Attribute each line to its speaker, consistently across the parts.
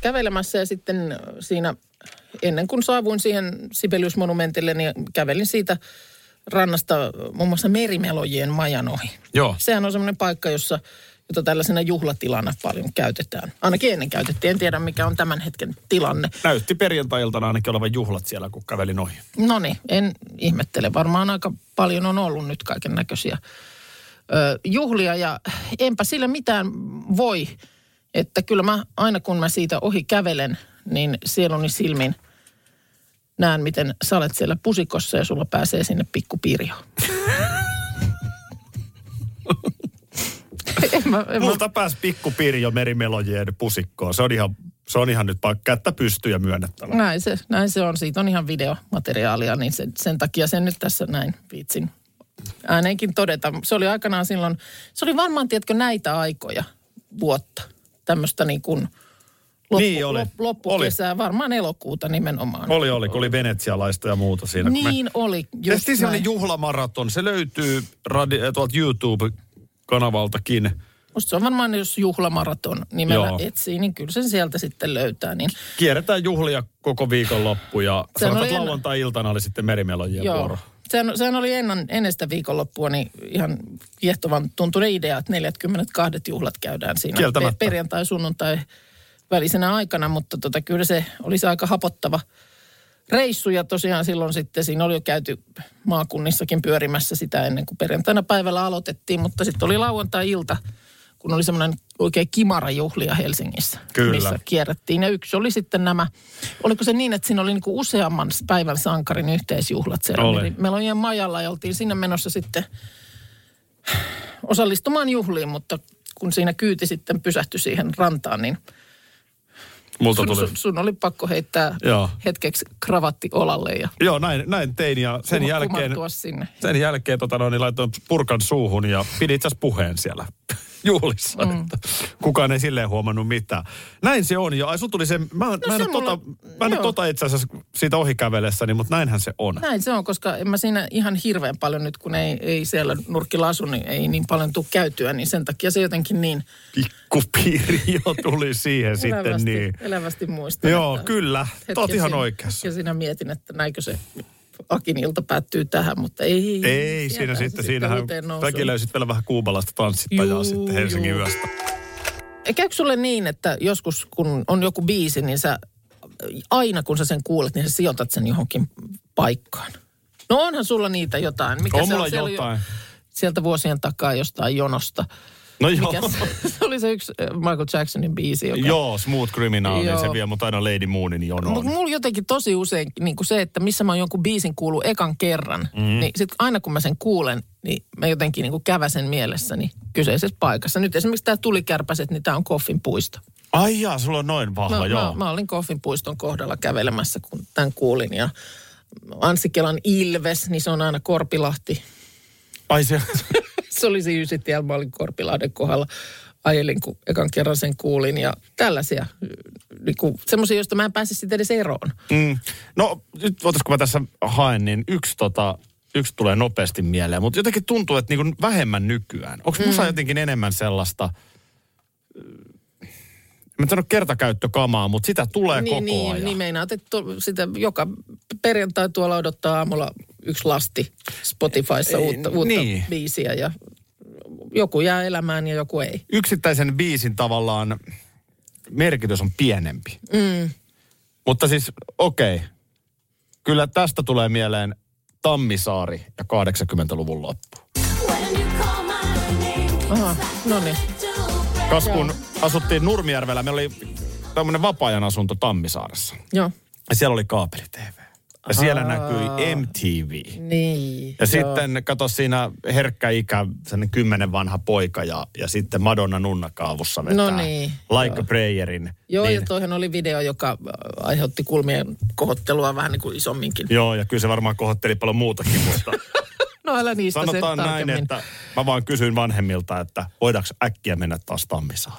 Speaker 1: kävelemässä ja sitten siinä ennen kuin saavuin siihen Sibeliusmonumentille, niin kävelin siitä rannasta muun muassa merimelojien majan ohi.
Speaker 2: Joo.
Speaker 1: Sehän on semmoinen paikka, jossa jota tällaisena juhlatilana paljon käytetään. Ainakin ennen käytettiin, en tiedä mikä on tämän hetken tilanne.
Speaker 2: Näytti perjantai-iltana ainakin olevan juhlat siellä, kun kävelin ohi.
Speaker 1: No niin, en ihmettele. Varmaan aika paljon on ollut nyt kaiken näköisiä ö, juhlia ja enpä sillä mitään voi. Että kyllä mä aina kun mä siitä ohi kävelen, niin sieluni silmin näen, miten sä olet siellä pusikossa ja sulla pääsee sinne pikkupirjoon. en mä, en mä,
Speaker 2: Multa pääsi pikku Pirjo merimelojien pusikkoon. Se on ihan, se on ihan nyt pa- kättä pystyjä myönnettävä.
Speaker 1: näin, se, näin se on. Siitä on ihan videomateriaalia, niin sen, sen takia sen nyt tässä näin viitsin ääneenkin todeta. Se oli aikanaan silloin, se oli varmaan, tiedätkö, näitä aikoja vuotta. Tämmöistä niin kuin loppu,
Speaker 2: Niin oli.
Speaker 1: lop- loppukesää, varmaan elokuuta nimenomaan.
Speaker 2: Oli, oli, kun oli venetsialaista ja muuta siinä. kun
Speaker 1: niin
Speaker 2: me...
Speaker 1: oli, just
Speaker 2: Tehtiin
Speaker 1: näin.
Speaker 2: sellainen juhlamaraton. Se löytyy radi- eh, tuolta YouTube-kanavaltakin.
Speaker 1: Musta se on varmaan, jos juhlamaraton nimellä
Speaker 2: Joo.
Speaker 1: etsii, niin kyllä sen sieltä sitten löytää. Niin
Speaker 2: Kierretään juhlia koko viikonloppu ja
Speaker 1: Se
Speaker 2: sanotaan,
Speaker 1: oli
Speaker 2: että
Speaker 1: ennen-
Speaker 2: lauantai-iltana oli sitten merimelojien vuoro.
Speaker 1: Sehän, sehän oli ennen, ennen sitä viikonloppua niin ihan kiehtovan tuntunut idea, että 42 juhlat käydään siinä
Speaker 2: Kieltämättä.
Speaker 1: pe- perjantai, sunnuntai välisenä aikana, mutta tota, kyllä se olisi aika hapottava reissu ja tosiaan silloin sitten siinä oli jo käyty maakunnissakin pyörimässä sitä ennen kuin perjantaina päivällä aloitettiin, mutta sitten oli lauantai-ilta, kun oli semmoinen oikein kimarajuhlia Helsingissä,
Speaker 2: Kyllä.
Speaker 1: missä kierrättiin. Ja yksi oli sitten nämä, oliko se niin, että siinä oli niinku useamman päivän sankarin yhteisjuhlat siellä
Speaker 2: Oli.
Speaker 1: Meri- Melojen majalla ja oltiin siinä menossa sitten osallistumaan juhliin, mutta kun siinä kyyti sitten pysähtyi siihen rantaan, niin
Speaker 2: Multa
Speaker 1: sun,
Speaker 2: tuli...
Speaker 1: sun, sun oli pakko heittää
Speaker 2: Joo.
Speaker 1: hetkeksi kravatti olalle ja
Speaker 2: Joo, näin, näin tein ja sen
Speaker 1: kuma-
Speaker 2: jälkeen...
Speaker 1: kumartua sinne.
Speaker 2: sen jälkeen tota, no, niin laitoin purkan suuhun ja pidin itse asiassa puheen siellä juhlissa. Mm. Kukaan ei silleen huomannut mitään. Näin se on. Ja ai, sun tuli se, mä, no, mä en,
Speaker 1: se
Speaker 2: se tota,
Speaker 1: mulla-
Speaker 2: mä en
Speaker 1: joo.
Speaker 2: ole tota itse asiassa siitä ohikävellessäni, mutta näinhän se on.
Speaker 1: Näin se on, koska en mä siinä ihan hirveän paljon nyt, kun ei, ei siellä nurkilla asu, niin ei niin paljon tule käytyä, niin sen takia se jotenkin niin
Speaker 2: Pikkupiiri jo tuli siihen sitten
Speaker 1: elävästi,
Speaker 2: niin.
Speaker 1: elävästi muistan.
Speaker 2: Joo,
Speaker 1: että
Speaker 2: kyllä.
Speaker 1: hetken
Speaker 2: Oot ihan
Speaker 1: siinä-
Speaker 2: oikeassa.
Speaker 1: hetken siinä mietin, että näinkö se Akin ilta päättyy tähän, mutta ei.
Speaker 2: Ei, siinä sitten, siinähän säkin löysit vielä vähän kuubalaista tanssittajaa
Speaker 1: Juu,
Speaker 2: sitten Helsingin
Speaker 1: juu.
Speaker 2: yöstä.
Speaker 1: Käykö sulle niin, että joskus kun on joku biisi, niin sä aina kun sä sen kuulet, niin sä sijoitat sen johonkin paikkaan? No onhan sulla niitä jotain. Mikä
Speaker 2: On
Speaker 1: se
Speaker 2: mulla
Speaker 1: Siellä oli jo-
Speaker 2: jotain.
Speaker 1: sieltä vuosien takaa jostain jonosta.
Speaker 2: No
Speaker 1: Mikä
Speaker 2: joo.
Speaker 1: se, se oli se yksi äh, Michael Jacksonin biisi, joka...
Speaker 2: Joo, Smooth Criminal, niin se
Speaker 1: Joo.
Speaker 2: vie mut aina Lady Moonin jonoon.
Speaker 1: Mutta mulla jotenkin tosi usein niin kuin se, että missä mä oon jonkun biisin kuullut ekan kerran, mm-hmm. niin sit aina kun mä sen kuulen, niin mä jotenkin niin kuin käväsen mielessäni kyseisessä paikassa. Nyt esimerkiksi tämä Tulikärpäset, niin tämä on Koffin puisto.
Speaker 2: Ai jaa, sulla on noin vahva,
Speaker 1: Mä,
Speaker 2: joo.
Speaker 1: mä, mä olin Koffin puiston kohdalla kävelemässä, kun tämän kuulin. Ja Anssi Kelan Ilves, niin se on aina Korpilahti.
Speaker 2: Ai se,
Speaker 1: se oli se Ysitiellä, mä olin Korpilahden kohdalla. Ajelin, kun ekan kerran sen kuulin ja tällaisia, niin kuin, semmoisia, joista mä en pääse sitten edes eroon.
Speaker 2: mm. No nyt voitaisko kun mä tässä haen, niin yksi, tota, yksi tulee nopeasti mieleen, mutta jotenkin tuntuu, että niin vähemmän nykyään. Onko musa
Speaker 1: Mm.
Speaker 2: jotenkin enemmän sellaista, äh, en mä sano kertakäyttökamaa, mutta sitä tulee
Speaker 1: niin,
Speaker 2: koko
Speaker 1: niin,
Speaker 2: ajan.
Speaker 1: Niin meinaat, että tu- sitä joka perjantai tuolla odottaa aamulla yksi lasti Spotifyssa
Speaker 2: Ei,
Speaker 1: uutta, uutta
Speaker 2: niin.
Speaker 1: biisiä ja joku jää elämään ja joku ei.
Speaker 2: Yksittäisen biisin tavallaan merkitys on pienempi. Mm. Mutta siis okei, okay. kyllä tästä tulee mieleen Tammisaari ja 80-luvun loppu.
Speaker 1: Aha, no niin.
Speaker 2: Kas kun asuttiin Nurmijärvellä, meillä oli tämmöinen vapaa-ajan asunto Tammisaaressa.
Speaker 1: Joo.
Speaker 2: Ja siellä oli kaapeli-TV. Ja siellä
Speaker 1: Aa.
Speaker 2: näkyi MTV.
Speaker 1: Niin.
Speaker 2: Ja
Speaker 1: joo.
Speaker 2: sitten kato siinä herkkä ikä, sen kymmenen vanha poika ja, ja sitten Madonna nunnakaavussa vetää
Speaker 1: No niin,
Speaker 2: Like
Speaker 1: joo.
Speaker 2: a Prayerin.
Speaker 1: Joo,
Speaker 2: niin,
Speaker 1: ja toihan oli video, joka äh, aiheutti kulmien kohottelua vähän niin kuin isomminkin.
Speaker 2: joo, ja kyllä se varmaan kohotteli paljon muutakin, mutta
Speaker 1: No älä niistä
Speaker 2: sanotaan
Speaker 1: sen
Speaker 2: näin,
Speaker 1: tarkemmin.
Speaker 2: että mä vaan kysyin vanhemmilta, että voidaanko äkkiä mennä taas Tammisaan.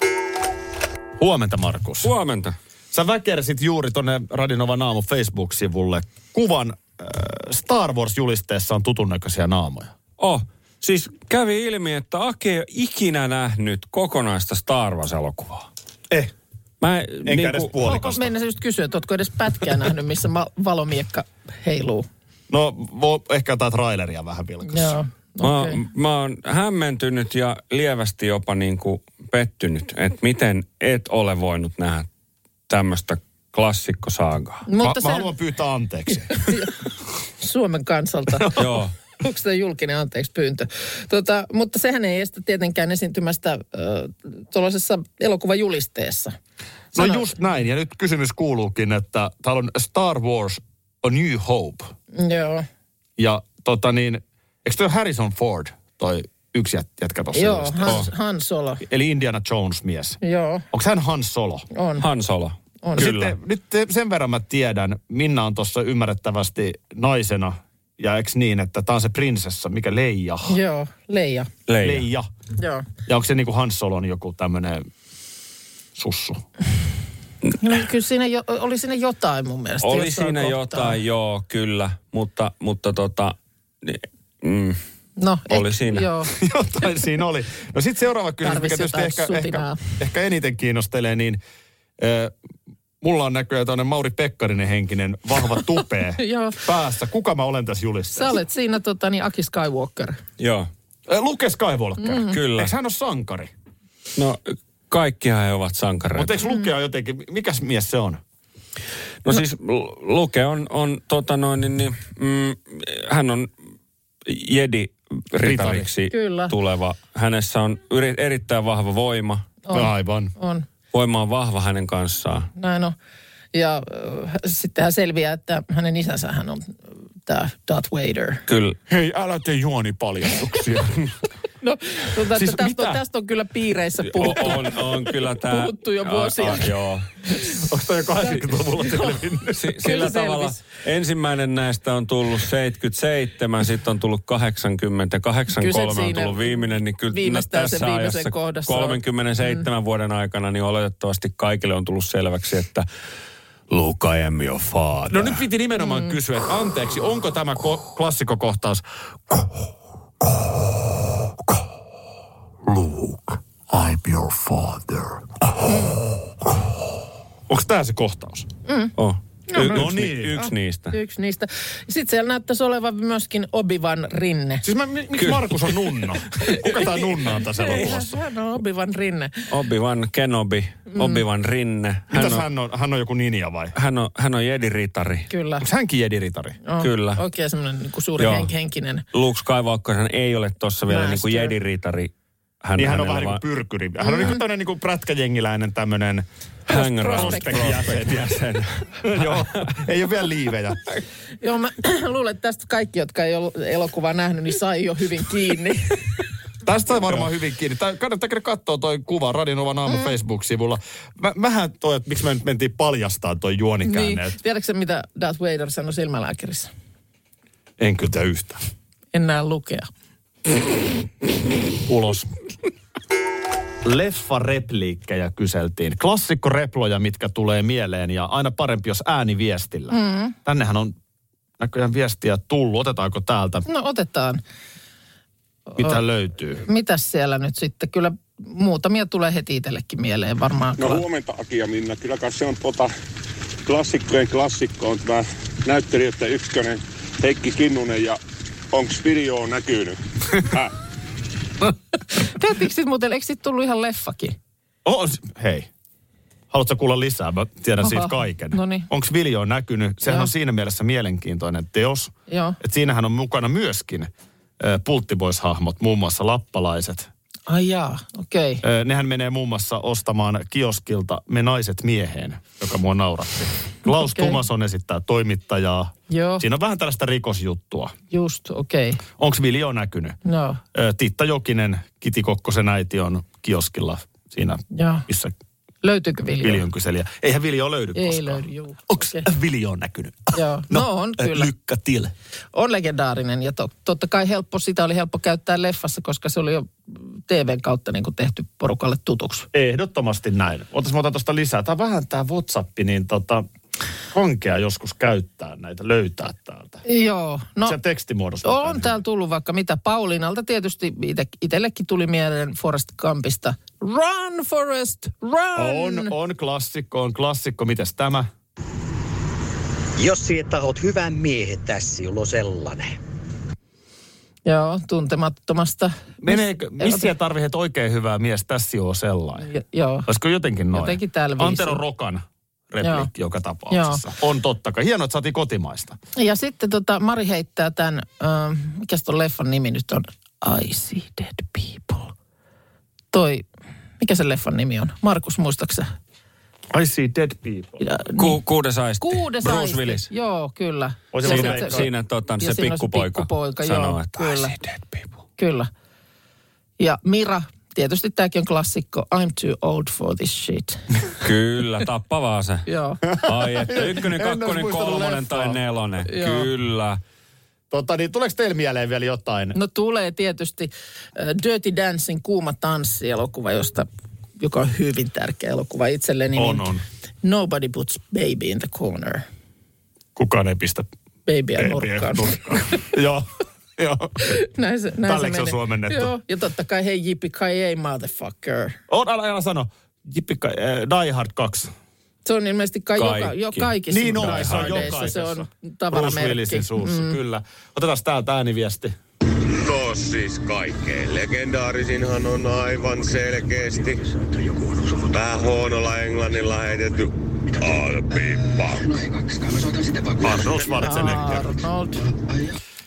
Speaker 2: Huomenta Markus.
Speaker 3: Huomenta.
Speaker 2: Sä väkersit juuri tonne Radinovan aamu Facebook-sivulle kuvan äh, Star Wars-julisteessa on tutun näköisiä naamoja.
Speaker 3: Oh, siis kävi ilmi, että Ake ei ole ikinä nähnyt kokonaista Star Wars-elokuvaa.
Speaker 2: Eh,
Speaker 3: Mä niinku,
Speaker 2: enkä niin edes
Speaker 1: Onko,
Speaker 2: puolikasta.
Speaker 1: meinasin just siis kysyä, että ootko edes pätkää nähnyt, missä ma- valomiekka heiluu?
Speaker 2: No, vo, ehkä jotain traileria vähän vilkassa.
Speaker 1: Joo,
Speaker 3: Mä,
Speaker 1: okei.
Speaker 3: mä oon hämmentynyt ja lievästi jopa niin kuin pettynyt, että miten et ole voinut nähdä tämmöistä klassikkosaagaa.
Speaker 1: Mutta
Speaker 2: Mutta mä, mä
Speaker 1: sen
Speaker 2: haluan pyytää anteeksi.
Speaker 1: Suomen kansalta.
Speaker 3: Joo.
Speaker 1: Onko se julkinen anteeksi pyyntö? Tota, mutta sehän ei estä tietenkään esiintymästä äh, tuollaisessa elokuvajulisteessa.
Speaker 2: No
Speaker 1: Sano-
Speaker 2: just näin, ja nyt kysymys kuuluukin, että täällä on Star Wars A New Hope.
Speaker 1: Joo.
Speaker 2: Ja tota niin, eikö toi Harrison Ford, toi yksi jät- jätkä tuossa?
Speaker 1: Joo, Han,
Speaker 3: Oh.
Speaker 1: Han Solo.
Speaker 2: Eli Indiana Jones-mies.
Speaker 1: Joo,
Speaker 2: Onko hän Han Solo?
Speaker 1: on.
Speaker 3: Han Solo.
Speaker 1: on.
Speaker 2: Kyllä. No Sitten, nyt te- sen verran mä tiedän, Minna on tuossa ymmärrettävästi naisena, ja eks niin, että tää on se prinsessa, mikä Leija.
Speaker 1: Joo, Leija.
Speaker 3: Leija.
Speaker 2: Leija.
Speaker 1: Joo.
Speaker 2: Ja onko se niinku Han Solon joku tämmönen sussu?
Speaker 1: No, kyllä siinä jo, oli siinä jotain mun mielestä.
Speaker 3: Oli
Speaker 1: jossain
Speaker 3: siinä
Speaker 1: kohtaa.
Speaker 3: jotain, joo, kyllä, mutta, mutta tota, ni- mm,
Speaker 1: No,
Speaker 3: Oli
Speaker 1: eh,
Speaker 3: siinä.
Speaker 1: Joo.
Speaker 2: Jotain siinä oli. No sitten seuraava kysymys, mikä
Speaker 1: Tarvis
Speaker 2: tietysti
Speaker 1: jotain
Speaker 2: ehkä,
Speaker 1: sutinaa.
Speaker 2: ehkä, ehkä eniten kiinnostelee, niin ö, mulla on näköjään tämmöinen Mauri Pekkarinen henkinen vahva tupee
Speaker 1: Joo.
Speaker 2: päässä. Kuka mä olen tässä
Speaker 1: Sä
Speaker 2: julisteessa?
Speaker 1: olet siinä tota, niin Aki Skywalker.
Speaker 3: joo.
Speaker 2: Ö, Luke Skywalker.
Speaker 1: Mm.
Speaker 2: Mm-hmm.
Speaker 3: Kyllä.
Speaker 2: Eikö hän ole sankari?
Speaker 3: No, kaikkihan he ovat sankareita.
Speaker 2: Mutta eikö Luke on jotenkin, mikäs mies se on?
Speaker 3: No siis Lu- Luke on, on tota noin, niin, niin, mm, hän on jedi ritariksi
Speaker 1: Kyllä.
Speaker 3: tuleva. Hänessä on yri, erittäin vahva voima.
Speaker 2: On. Aivan.
Speaker 1: On,
Speaker 3: Voima on vahva hänen kanssaan.
Speaker 1: näin on. Ja äh, sitten hän selviää, että hänen isänsä hän on äh, tämä Darth Vader.
Speaker 3: Kyllä.
Speaker 2: Hei, älä tee juonipaljastuksia.
Speaker 1: No, tuota,
Speaker 2: Siis
Speaker 1: siis tästä,
Speaker 2: mitä?
Speaker 1: on, tästä on kyllä piireissä puhuttu.
Speaker 3: O- on, on kyllä tämä...
Speaker 1: Puhuttu jo vuosia.
Speaker 3: joo.
Speaker 2: Onko toi jo 80-luvulla selvinnyt?
Speaker 3: Si- sillä
Speaker 1: selvis.
Speaker 3: tavalla ensimmäinen näistä on tullut 77, sitten on tullut 80,
Speaker 1: Kyllä
Speaker 3: 83
Speaker 1: se
Speaker 3: on
Speaker 1: siinä
Speaker 3: tullut viimeinen, niin kyllä
Speaker 1: viimeistään sen
Speaker 3: tässä
Speaker 1: viimeisen
Speaker 3: ajassa
Speaker 1: kohdassa on. Mm.
Speaker 3: 37 vuoden aikana niin oletettavasti kaikille on tullut selväksi, että Luke, I am your father.
Speaker 2: No nyt piti nimenomaan mm. kysyä, että anteeksi, onko tämä ko- klassikokohtaus
Speaker 4: Luke, I'm your father.
Speaker 2: Onko tämä Mm. se kohtaus?
Speaker 3: Oh. Y-
Speaker 2: no
Speaker 3: yksi,
Speaker 2: niin.
Speaker 3: ni- yksi niistä.
Speaker 1: Yksi niistä. Sitten siellä näyttäisi olevan myöskin Obivan Rinne.
Speaker 2: Siis mä, mi- miksi Markus on nunna? Kuka tämä nunna on tässä elokuvassa?
Speaker 1: Hän on Obivan Rinne.
Speaker 3: Obi-Wan Kenobi, Obi-Wan Rinne.
Speaker 2: Mm. Mitäs
Speaker 3: Hän on,
Speaker 2: hän on? Hän on joku ninja vai?
Speaker 3: hän on, hän on jediritari.
Speaker 1: Kyllä.
Speaker 2: Onko hänkin jediritari?
Speaker 1: On.
Speaker 3: Kyllä.
Speaker 1: Oikein semmoinen niin suuri
Speaker 3: Joo.
Speaker 1: henk- henkinen.
Speaker 3: Luke Skywalkerhan ei ole tuossa vielä niin kuin
Speaker 1: Master.
Speaker 3: jediritari. Hän,
Speaker 2: Niin hän on
Speaker 3: hänellä
Speaker 2: vähän niin kuin
Speaker 3: vaan- Mm.
Speaker 2: pyrkyri. Hän on niin kuin tämmöinen niin kuin prätkäjengiläinen tämmöinen
Speaker 3: Hang around.
Speaker 2: jäsen. Joo, ei ole vielä liivejä.
Speaker 1: Joo, mä luulen, että tästä kaikki, jotka ei ollut elokuvaa nähnyt, niin sai jo hyvin kiinni.
Speaker 2: Tästä on varmaan hyvin kiinni. Tää, kannattaa käydä katsoa toi kuva Radinovan aamu Facebook-sivulla. Mä, mähän toi, että miksi me nyt mentiin paljastaa toi
Speaker 1: niin.
Speaker 2: juonikäänne. Niin.
Speaker 1: Tiedätkö sä, mitä Darth Vader sanoi silmälääkärissä?
Speaker 2: En kyllä tää yhtään.
Speaker 1: En näe lukea.
Speaker 2: ulos. Leffarepliikkejä kyseltiin. Klassikkoreploja, mitkä tulee mieleen ja aina parempi, jos ääniviestillä. Mm. Tännehän on näköjään viestiä tullut. Otetaanko täältä,
Speaker 1: No otetaan.
Speaker 2: mitä löytyy?
Speaker 1: Mitäs siellä nyt sitten? Kyllä muutamia tulee heti itsellekin mieleen varmaan.
Speaker 5: No huomenta Aki ja Minna. Kyllä kai se on tuota klassikkojen klassikko on tämä näyttelijöitä ykkönen Heikki Kinnunen ja onks video näkynyt? Häh?
Speaker 1: Tehtiinkö sit muuten, eikö sit tullut ihan leffakin?
Speaker 2: Oh, hei. Haluatko kuulla lisää? Mä tiedän
Speaker 1: Aha.
Speaker 2: siitä kaiken.
Speaker 1: Noniin.
Speaker 2: Onko Viljo näkynyt? Sehän
Speaker 1: No niin. Joo.
Speaker 2: on siinä mielessä mielenkiintoinen teos.
Speaker 1: Joo.
Speaker 2: Et siinähän on mukana myöskin äh, Pulttibois-hahmot, muun muassa lappalaiset.
Speaker 1: Ai jaa, okei. Okay.
Speaker 2: Ö, Nehän menee muun muassa ostamaan kioskilta Me naiset mieheen, joka mua nauratti. Klaus
Speaker 1: Okei.
Speaker 2: okay. Tumason esittää toimittajaa.
Speaker 1: Joo.
Speaker 2: Siinä on vähän tällaista rikosjuttua.
Speaker 1: Just, okei. Okay.
Speaker 2: Onko Viljo näkynyt?
Speaker 1: No,
Speaker 2: Ö, Tiitta Jokinen, Kiti Kokkosen äiti on kioskilla siinä,
Speaker 1: joo.
Speaker 2: missä
Speaker 1: Löytyykö Viljo?
Speaker 2: Viljon kyselijä. Eihän Viljo löydy
Speaker 1: Ei
Speaker 2: koskaan.
Speaker 1: löydy, juu.
Speaker 2: Onko
Speaker 1: Okei.
Speaker 2: Viljo näkynyt?
Speaker 1: Joo. No on,
Speaker 2: ö,
Speaker 1: kyllä.
Speaker 2: Lykkä til.
Speaker 1: On legendaarinen ja to, totta kai helppo, sitä oli helppo käyttää leffassa, koska se oli jo TVn kautta niin kuin tehty porukalle tutuksi.
Speaker 2: Ehdottomasti näin. Otas, mä otan tuosta lisää. Tämä vähän tämä WhatsApp, niin tota, konkea joskus käyttää näitä, löytää täältä.
Speaker 1: Joo, no
Speaker 2: No, Se tekstimuodossa.
Speaker 1: on täällä tullut vaikka mitä. Pauliinalta tietysti ite, itsellekin tuli mieleen Forrest Gumpista. Run Forrest, run!
Speaker 2: On, on klassikko, on klassikko. Mites tämä?
Speaker 6: Jos siihen tahot hyvän miehen, tässä sinulla on sellainen.
Speaker 1: Joo, tuntemattomasta.
Speaker 2: Meneekö,
Speaker 1: Mis-
Speaker 2: missä tarvitset oikein hyvää mies, tässä on sellainen.
Speaker 1: Jo- Joo.
Speaker 2: Olisiko jotenkin noin?
Speaker 1: Jotenkin täällä viisi.
Speaker 2: Antero Rokan repliikki joka tapauksessa. On totta kai. Hienoa, että saatiin kotimaista.
Speaker 1: Ja sitten tota, Mari heittää tämän, äh, mikä tuon leffan nimi nyt on? I see dead people. Toi, mikä se leffan nimi on? Markus, muistaaksä?
Speaker 2: I see dead people.
Speaker 1: Ja-
Speaker 3: Ku, kuudes aisti.
Speaker 1: Kuudes
Speaker 3: Bruce
Speaker 1: aisti.
Speaker 3: Willis.
Speaker 1: Joo, kyllä.
Speaker 2: Oi, se
Speaker 1: Ja
Speaker 2: oli
Speaker 3: Siinä,
Speaker 2: Leikkaa.
Speaker 1: sit
Speaker 3: siinä tota,
Speaker 1: ja
Speaker 3: se
Speaker 1: siinä on
Speaker 3: pikkupoika,
Speaker 1: pikkupoika
Speaker 3: sanoo,
Speaker 1: joo,
Speaker 3: että I
Speaker 1: kyllä,
Speaker 3: see dead people.
Speaker 1: kyllä. Ja Mira, tietysti tämäkin on klassikko. I'm too old for this shit.
Speaker 3: Kyllä, tappavaa se.
Speaker 1: joo.
Speaker 3: Ai että ykkönen,
Speaker 2: En olisi
Speaker 3: kakkonen,
Speaker 2: muistanut
Speaker 3: kolmonen
Speaker 2: leffaa.
Speaker 3: tai nelonen.
Speaker 1: Joo.
Speaker 3: Kyllä.
Speaker 2: Tota, niin, tuleeko teillä mieleen vielä jotain?
Speaker 1: No tulee tietysti äh, Dirty Dancing kuuma tanssi-elokuva, josta, joka on hyvin tärkeä elokuva itselleni.
Speaker 2: On,
Speaker 1: niin
Speaker 2: on.
Speaker 1: Nobody puts baby in the corner.
Speaker 2: Kukaan ei pistä
Speaker 1: Babyä
Speaker 2: teepiä
Speaker 1: nurkkaan.
Speaker 2: nurkkaan. Joo, joo.
Speaker 1: näin se, näin
Speaker 2: Tälleksi on
Speaker 1: menee.
Speaker 2: suomennettu.
Speaker 1: Joo, ja totta kai hei jippi kai ei motherfucker.
Speaker 2: On, älä, älä sano. Jippikka, äh, Die Hard 2.
Speaker 1: Se on ilmeisesti kai joka,
Speaker 3: Kaikki.
Speaker 1: jo kaikissa
Speaker 2: Niin on,
Speaker 1: Die
Speaker 2: se on
Speaker 1: Hardeissa.
Speaker 2: jokaisessa.
Speaker 1: Se on
Speaker 2: Bruce
Speaker 1: tavaramerkki.
Speaker 2: Willisin suussa, mm. kyllä. Otetaan täältä ääniviesti.
Speaker 7: No siis kaikkein legendaarisinhan on aivan selkeästi tää huonolla englannilla heitetty I'll be back.
Speaker 2: Arnold Schwarzenegger.
Speaker 1: Arnold.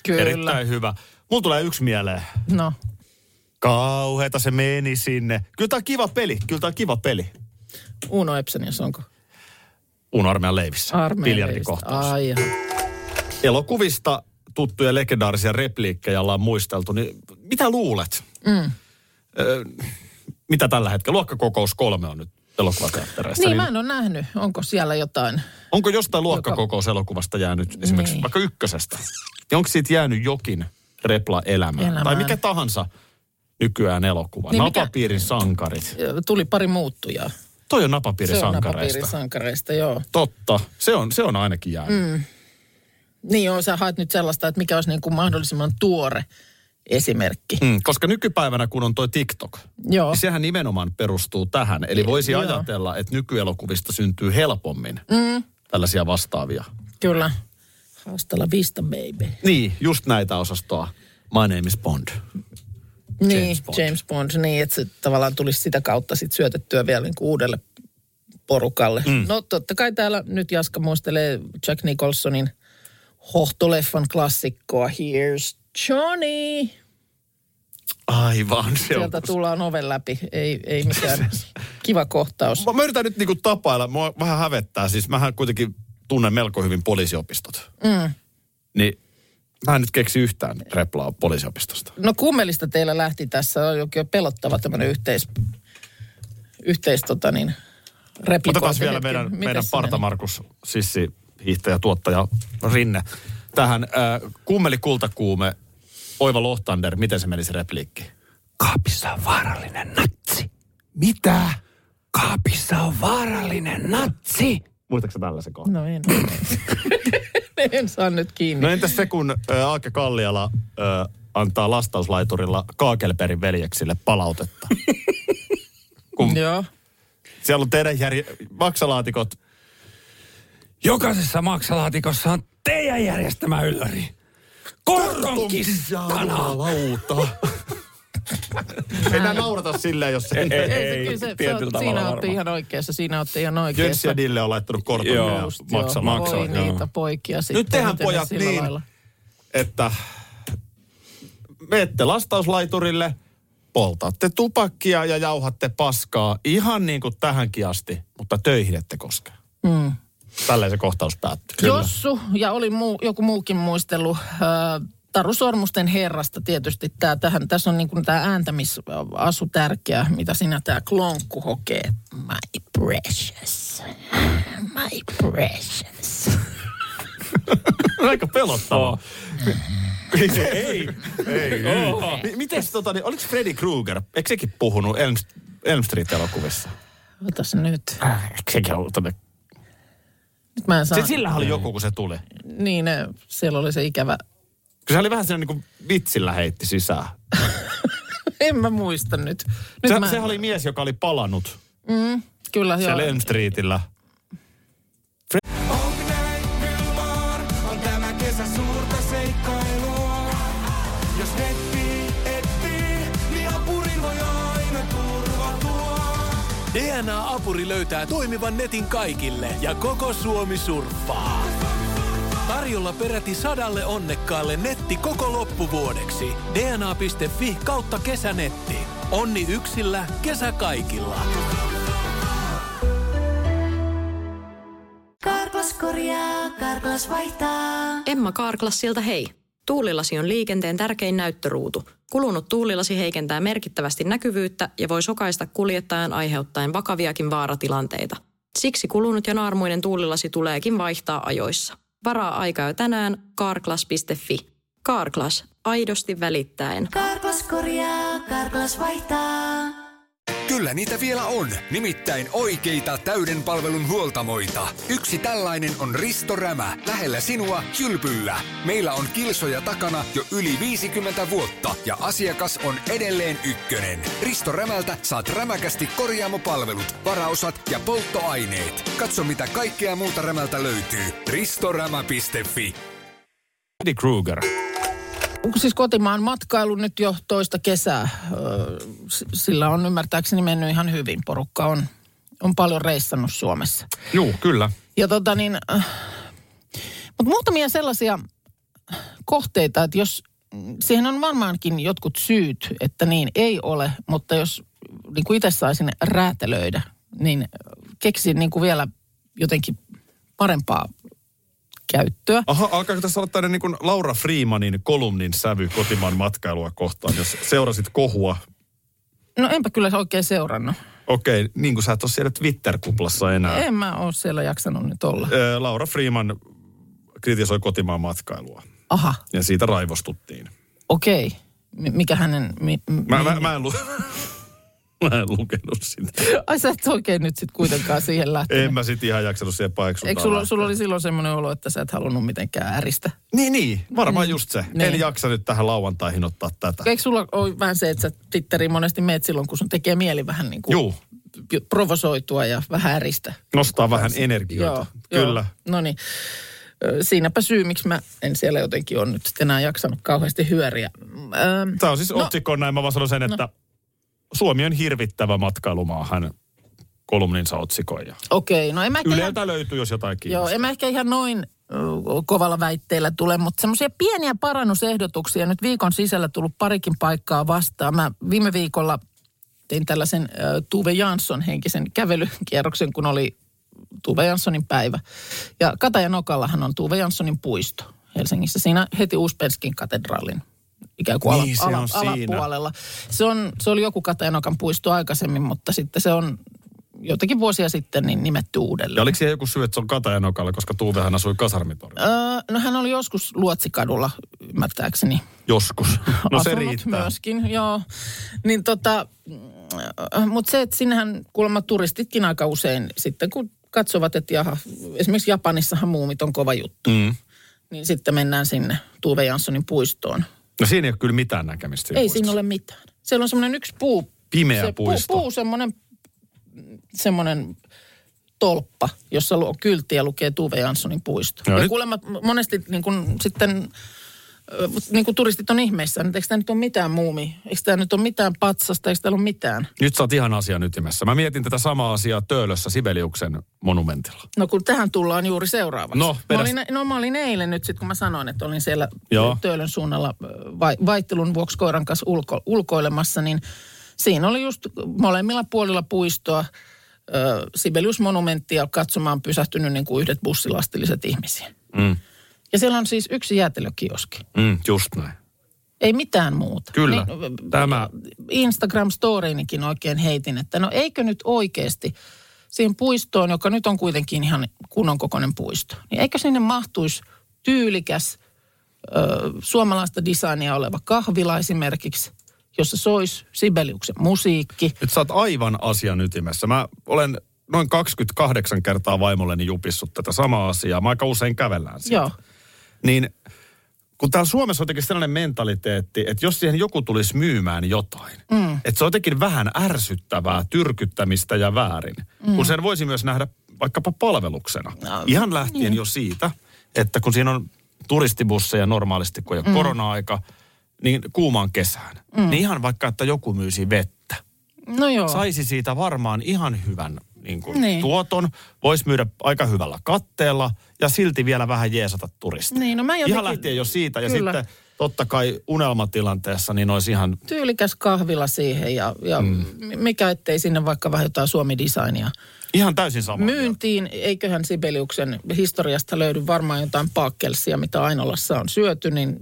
Speaker 1: Kyllä.
Speaker 2: Erittäin hyvä. Mulla tulee yksi mieleen.
Speaker 1: No.
Speaker 2: Kauheeta se meni sinne. Kyllä tää on kiva peli, kyllä tää on kiva peli.
Speaker 1: Uno Epsenius onko?
Speaker 2: Uun armeijan leivissä.
Speaker 1: Armeijan
Speaker 2: Biljardikohtaus.
Speaker 1: leivistä. Ai jaha.
Speaker 2: Elokuvista tuttuja legendaarisia repliikkejä ollaan muisteltu, niin mitä luulet? Mm. Ö, mitä tällä hetkellä? Luokkakokous kolme on nyt elokuvateattereissa.
Speaker 1: Niin mä en ole nähnyt. Onko siellä jotain?
Speaker 2: Onko jostain luokkakokouselokuvasta jäänyt esimerkiksi
Speaker 1: Niin.
Speaker 2: vaikka ykkösestä? Ja onko siitä jäänyt jokin repla elämään?
Speaker 1: Elämään.
Speaker 2: Tai mikä tahansa nykyään elokuva.
Speaker 1: Niin
Speaker 2: Niin
Speaker 1: mikä-
Speaker 2: Napapiirin sankarit.
Speaker 1: Tuli pari muuttujaa.
Speaker 2: Toi on Napapiirin
Speaker 1: Se on
Speaker 2: sankareista.
Speaker 1: napapiirisankareista, joo.
Speaker 2: Totta. Se on, se on ainakin jäänyt. Mm.
Speaker 1: Niin joo, sä haet nyt sellaista, että mikä olisi niin kuin mahdollisimman tuore esimerkki. Mm.
Speaker 2: Mm, koska nykypäivänä, kun on toi TikTok,
Speaker 1: Joo,
Speaker 2: niin sehän nimenomaan perustuu tähän. Eli voisi
Speaker 1: Joo.
Speaker 2: ajatella, että nykyelokuvista syntyy helpommin mm. tällaisia vastaavia.
Speaker 1: kyllä. Haastella vista, baby.
Speaker 2: Niin, just näitä osastoa. My name is Bond.
Speaker 1: Niin,
Speaker 2: James Bond.
Speaker 1: James Bond, niin että se tavallaan tulisi sitä kautta sit syötettyä vielä niin kuin uudelle porukalle. Mm. No totta kai täällä nyt Jaska muistelee Jack Nicholsonin hohtoleffan klassikkoa Here's Johnny.
Speaker 2: Aivan. Se on
Speaker 1: Sieltä tullaan oven läpi, ei, ei mikään kiva kohtaus.
Speaker 2: Mä, mä yritän nyt niinku tapailla, mua vähän hävettää. Siis mähän kuitenkin tunnen melko hyvin poliisiopistot. Mm. Niin mä en nyt keksi yhtään replaa poliisiopistosta.
Speaker 1: No kummelista teillä lähti tässä, on jokin pelottava tämmöinen yhteis, yhteis tota niin, replikointi.
Speaker 2: Otetaan vielä
Speaker 1: Hetken,
Speaker 2: meidän,
Speaker 1: miten
Speaker 2: meidän
Speaker 1: se
Speaker 2: parta
Speaker 1: meni?
Speaker 2: Markus Sissi, hiihtäjä, tuottaja Rinne. Tähän äh, kummeli kultakuume, Oiva Lohtander, miten se meni se repliikki?
Speaker 6: Kaapissa on vaarallinen natsi.
Speaker 2: Mitä?
Speaker 6: Kaapissa on vaarallinen natsi.
Speaker 2: Muistatko sä tällaisen kohdan?
Speaker 1: No en. en saa nyt kiinni.
Speaker 2: No entäs se, kun äh, Aake Kalliala äh, antaa lastauslaiturilla Kaakelperin veljeksille palautetta? kun
Speaker 1: Joo.
Speaker 2: Siellä on teidän järje- maksalaatikot.
Speaker 3: Jokaisessa maksalaatikossa on teidän järjestämä ylläri. Korkonkistana.
Speaker 2: lauta. Ei nää naurata silleen, jos ei. ei.
Speaker 1: Ei, se, kyllä se, se,
Speaker 3: tietyllä tavalla
Speaker 1: siinä olette
Speaker 3: varmaan.
Speaker 1: ihan oikeassa, siinä olette ihan
Speaker 2: Jönssi
Speaker 1: oikeassa.
Speaker 2: ja Dille on laittanut korton
Speaker 3: Joo,
Speaker 2: ja
Speaker 1: Just joo,
Speaker 2: maksaa.
Speaker 3: maksaa,
Speaker 1: Voi
Speaker 3: joo.
Speaker 1: niitä poikia sitten.
Speaker 2: tehän
Speaker 1: miten ne
Speaker 2: pojat
Speaker 1: sillä
Speaker 2: niin.
Speaker 1: lailla.
Speaker 2: Että meette lastauslaiturille, poltatte tupakkia ja jauhatte paskaa ihan niin kuin tähänkin asti, mutta töihin ette koskaan. Mm. Tälleen se kohtaus päättyy.
Speaker 1: Jossu ja oli muu, joku muukin muistelu. Äh, Taru Sormusten herrasta tietysti tämä, tähän, tässä on niin kuin tämä ääntämisasu tärkeä, mitä sinä tämä klonkku hokee. My precious, my precious.
Speaker 2: Aika pelottavaa. Oh. ei, ei. ei. Mites tota, niin, oliko Freddy Krueger, eikö sekin puhunut Elm, Elm Street-elokuvissa?
Speaker 1: Otas nyt.
Speaker 2: Eikö sekin ollut tonne?
Speaker 1: Nyt mä en saa.
Speaker 2: Se, sillä oli joku, kun se tuli.
Speaker 1: Niin, äh, siellä oli se ikävä.
Speaker 2: Kun se oli vähän sellainen niin kuin vitsillä heitti sisään.
Speaker 1: En mä muista nyt. nyt
Speaker 2: Se,
Speaker 1: mä en-
Speaker 2: sehän oli mies, joka oli palanut
Speaker 1: Kyllä, joo.
Speaker 2: siellä Elm Streetillä.
Speaker 8: DNA-apuri löytää toimivan netin kaikille ja koko Suomi surffaa. Tarjolla peräti sadalle onnekkaalle netti koko loppuvuodeksi. dna.fi kautta kesänetti. Onni yksillä, kesä kaikilla.
Speaker 9: Karklas korjaa, Karklas vaihtaa.
Speaker 10: Emma Karklassilta hei. Tuulilasi on liikenteen tärkein näyttöruutu. Kulunut tuulilasi heikentää merkittävästi näkyvyyttä ja voi sokaista kuljettajan aiheuttaen vakaviakin vaaratilanteita. Siksi kulunut ja naarmuinen tuulilasi tuleekin vaihtaa ajoissa. Varaa aikaa jo tänään karklas.fi. Karklas, aidosti välittäen.
Speaker 9: Karklas korjaa, Karklas vaihtaa.
Speaker 11: Kyllä niitä vielä on, nimittäin oikeita täyden palvelun huoltamoita. Yksi tällainen on Risto Rämä, lähellä sinua, kylpyllä. Meillä on kilsoja takana jo yli 50 vuotta ja asiakas on edelleen ykkönen. Risto Rämältä saat rämäkästi korjaamopalvelut, varaosat ja polttoaineet. Katso mitä kaikkea muuta Rämältä löytyy. ristorämä.fi
Speaker 2: Freddy Krueger.
Speaker 1: Onko siis kotimaan matkailu nyt jo toista kesää? Öö, s- Sillä on ymmärtääkseni mennyt ihan hyvin. Porukka on, on paljon reissannut Suomessa.
Speaker 2: Juu, kyllä.
Speaker 1: Ja tota niin, äh, mutta muutamia sellaisia kohteita, että jos, mm, siihen on varmaankin jotkut syyt, että niin ei ole, mutta jos niin kuin itse saisin räätälöidä, niin keksin niin kuin vielä jotenkin parempaa käyttöä.
Speaker 2: Aha, alkaako tässä olla tämmöinen niin kuin Laura Freemanin kolumnin sävy kotimaan matkailua kohtaan, jos seurasit kohua?
Speaker 1: No enpä kyllä oikein seurannut.
Speaker 2: Okei, niin kuin sä et ole siellä Twitter-kuplassa enää.
Speaker 1: En mä ole siellä jaksanut nyt olla.
Speaker 2: Ö, Laura Freeman kritisoi kotimaan matkailua
Speaker 1: Aha,
Speaker 2: ja siitä raivostuttiin.
Speaker 1: okei. M- mikä hänen... Mi- m-
Speaker 2: Mä, mä, mä, en, lu- mä en lukenut sitä.
Speaker 1: Ai sä et oikein nyt sitten kuitenkaan siihen lähtenyt.
Speaker 2: En mä sit ihan jaksanut siihen paiksuntaan.
Speaker 1: Eikö sulla, sulla oli silloin semmoinen olo, että sä et halunnut mitenkään äristä?
Speaker 2: Niin, niin. Varmaan just se.
Speaker 1: Niin.
Speaker 2: En jaksa nyt tähän lauantaihin ottaa tätä.
Speaker 1: Eikö sulla ole vähän se, että sä Twitteriin monesti meet silloin, kun sun tekee mieli vähän niin kuin
Speaker 2: Juu,
Speaker 1: provosoitua ja vähän äristä?
Speaker 2: nostaa vähän energioita. Kyllä.
Speaker 1: No niin. Ö, Siinäpä syy, miksi mä en siellä jotenkin ole nyt sitten enää jaksanut kauheasti hyöriä. Öm,
Speaker 2: Tämä on siis otsikko näin, mä vaan sanon
Speaker 1: No.
Speaker 2: sen, että Suomi on hirvittävä matkailumaa, hän kolumninsa otsikoi. Ja
Speaker 1: Okei, okay, no en mä ehkä ihan-
Speaker 2: Yleltä löytyy, jos jotain
Speaker 1: Joo,
Speaker 2: kiinnostaa.
Speaker 1: en mä ehkä ihan noin ö, kovalla väitteellä tule, mutta semmoisia pieniä parannusehdotuksia nyt viikon sisällä tullut parikin paikkaa vastaan. Mä viime viikolla tein tällaisen ö, Tuve Jansson henkisen kävelykierroksen, kun oli Tuve Janssonin päivä. Ja Katajan Okallahan on Tuve Janssonin puisto Helsingissä. Siinä heti Uuspenskin katedraalin ikään kuin ala,
Speaker 2: Niin, se
Speaker 1: ala,
Speaker 2: on siinä.
Speaker 1: alapuolella. Se, on, se oli joku Katajanokan puisto aikaisemmin, mutta sitten se on joitakin vuosia sitten niin nimetty uudelleen.
Speaker 2: Ja oliko siellä joku syy, että se on Katajanokalla, koska Tuuvehan asui kasarmitorilla?
Speaker 1: Öö, no hän oli joskus Luotsikadulla, ymmärtääkseni.
Speaker 2: Joskus. No se
Speaker 1: asunut
Speaker 2: riittää.
Speaker 1: myöskin, joo. Niin tota, mutta se, että sinnehän kuulemma turistitkin aika usein sitten, kun katsovat, että jaha, esimerkiksi Japanissahan muumit on kova juttu. Mm. Niin sitten mennään sinne Tuve Janssonin puistoon.
Speaker 2: No siinä ei ole kyllä mitään näkemistä.
Speaker 1: Ei siinä ole mitään. Siellä on semmoinen yksi puu.
Speaker 2: Pimeä
Speaker 1: se
Speaker 2: puisto.
Speaker 1: Puu, puu semmoinen, semmoinen tolppa, jossa lu- kyltti ja lukee Tuve Janssonin puisto.
Speaker 2: Joo,
Speaker 1: ja
Speaker 2: No nyt-
Speaker 1: kuulemma monesti niin kun sitten niin kuin turistit on ihmeissään, että eikö tämä nyt ole mitään muumi, eikö tämä nyt ole mitään patsasta, eikö täällä ole mitään.
Speaker 2: Nyt sä oot ihan asian ytimessä. Mä mietin tätä samaa asiaa Töölössä Sibeliuksen monumentilla.
Speaker 1: No kun tähän tullaan juuri seuraavaksi.
Speaker 2: No,
Speaker 1: mä
Speaker 2: vedä-
Speaker 1: olin, no mä olin eilen nyt sitten, kun mä sanoin, että olin siellä
Speaker 2: Joo.
Speaker 1: Töölön suunnalla ö, vai, vaihtelun vuoksi koiran kanssa ulko, ulkoilemassa, niin siinä oli just molemmilla puolilla puistoa ö, Sibelius-monumenttia katsomaan pysähtynyt niin kuin yhdet bussilastilliset ihmisiä.
Speaker 2: Mm,
Speaker 1: Ja siellä on siis yksi jäätelökioski.
Speaker 2: mm, just näin.
Speaker 1: Ei mitään muuta.
Speaker 2: Kyllä,
Speaker 1: Niin,
Speaker 2: tämä-
Speaker 1: Instagram-storiinikin oikein heitin, että no eikö nyt oikeasti siihen puistoon, joka nyt on kuitenkin ihan kunnon kokoinen puisto, niin eikö sinne mahtuisi tyylikäs ö, suomalaista designia oleva kahvila esimerkiksi, jossa sois Sibeliuksen musiikki.
Speaker 2: Nyt sä oot aivan asian ytimessä. Mä olen noin 28 kertaa vaimolleni jupissut tätä samaa asiaa. Mä aika usein kävellään siitä.
Speaker 1: Joo.
Speaker 2: Niin kun täällä Suomessa on jotenkin sellainen mentaliteetti, että jos siihen joku tulisi myymään jotain, mm. että se on jotenkin vähän ärsyttävää, tyrkyttämistä ja väärin. Mm. Kun sen voisi myös nähdä vaikkapa palveluksena. No, Ihan lähtien niin. jo siitä, että kun siinä on turistibusseja normaalisti, kun ei ole mm. korona-aika, niin kuumaan kesään. Mm. Niin ihan vaikka, että joku myisi vettä
Speaker 1: No joo.
Speaker 2: saisi siitä varmaan ihan hyvän niin kuin
Speaker 1: Niin.
Speaker 2: niin. tuoton, voisi myydä aika hyvällä katteella ja silti vielä vähän jeesata turistia.
Speaker 1: Niin, no mä jotenkin-
Speaker 2: Ihan lähtien jo siitä ja
Speaker 1: Kyllä.
Speaker 2: Kyllä. sitten totta kai unelmatilanteessa niin olisi ihan,
Speaker 1: Tyylikäs kahvila siihen ja, ja mm. mikä ettei sinne vaikka vähän jotain suomi-designia.
Speaker 2: ihan täysin sama.
Speaker 1: Myyntiin, eiköhän Sibeliuksen historiasta löydy varmaan jotain paakkelsia, mitä Ainolassa on syöty, niin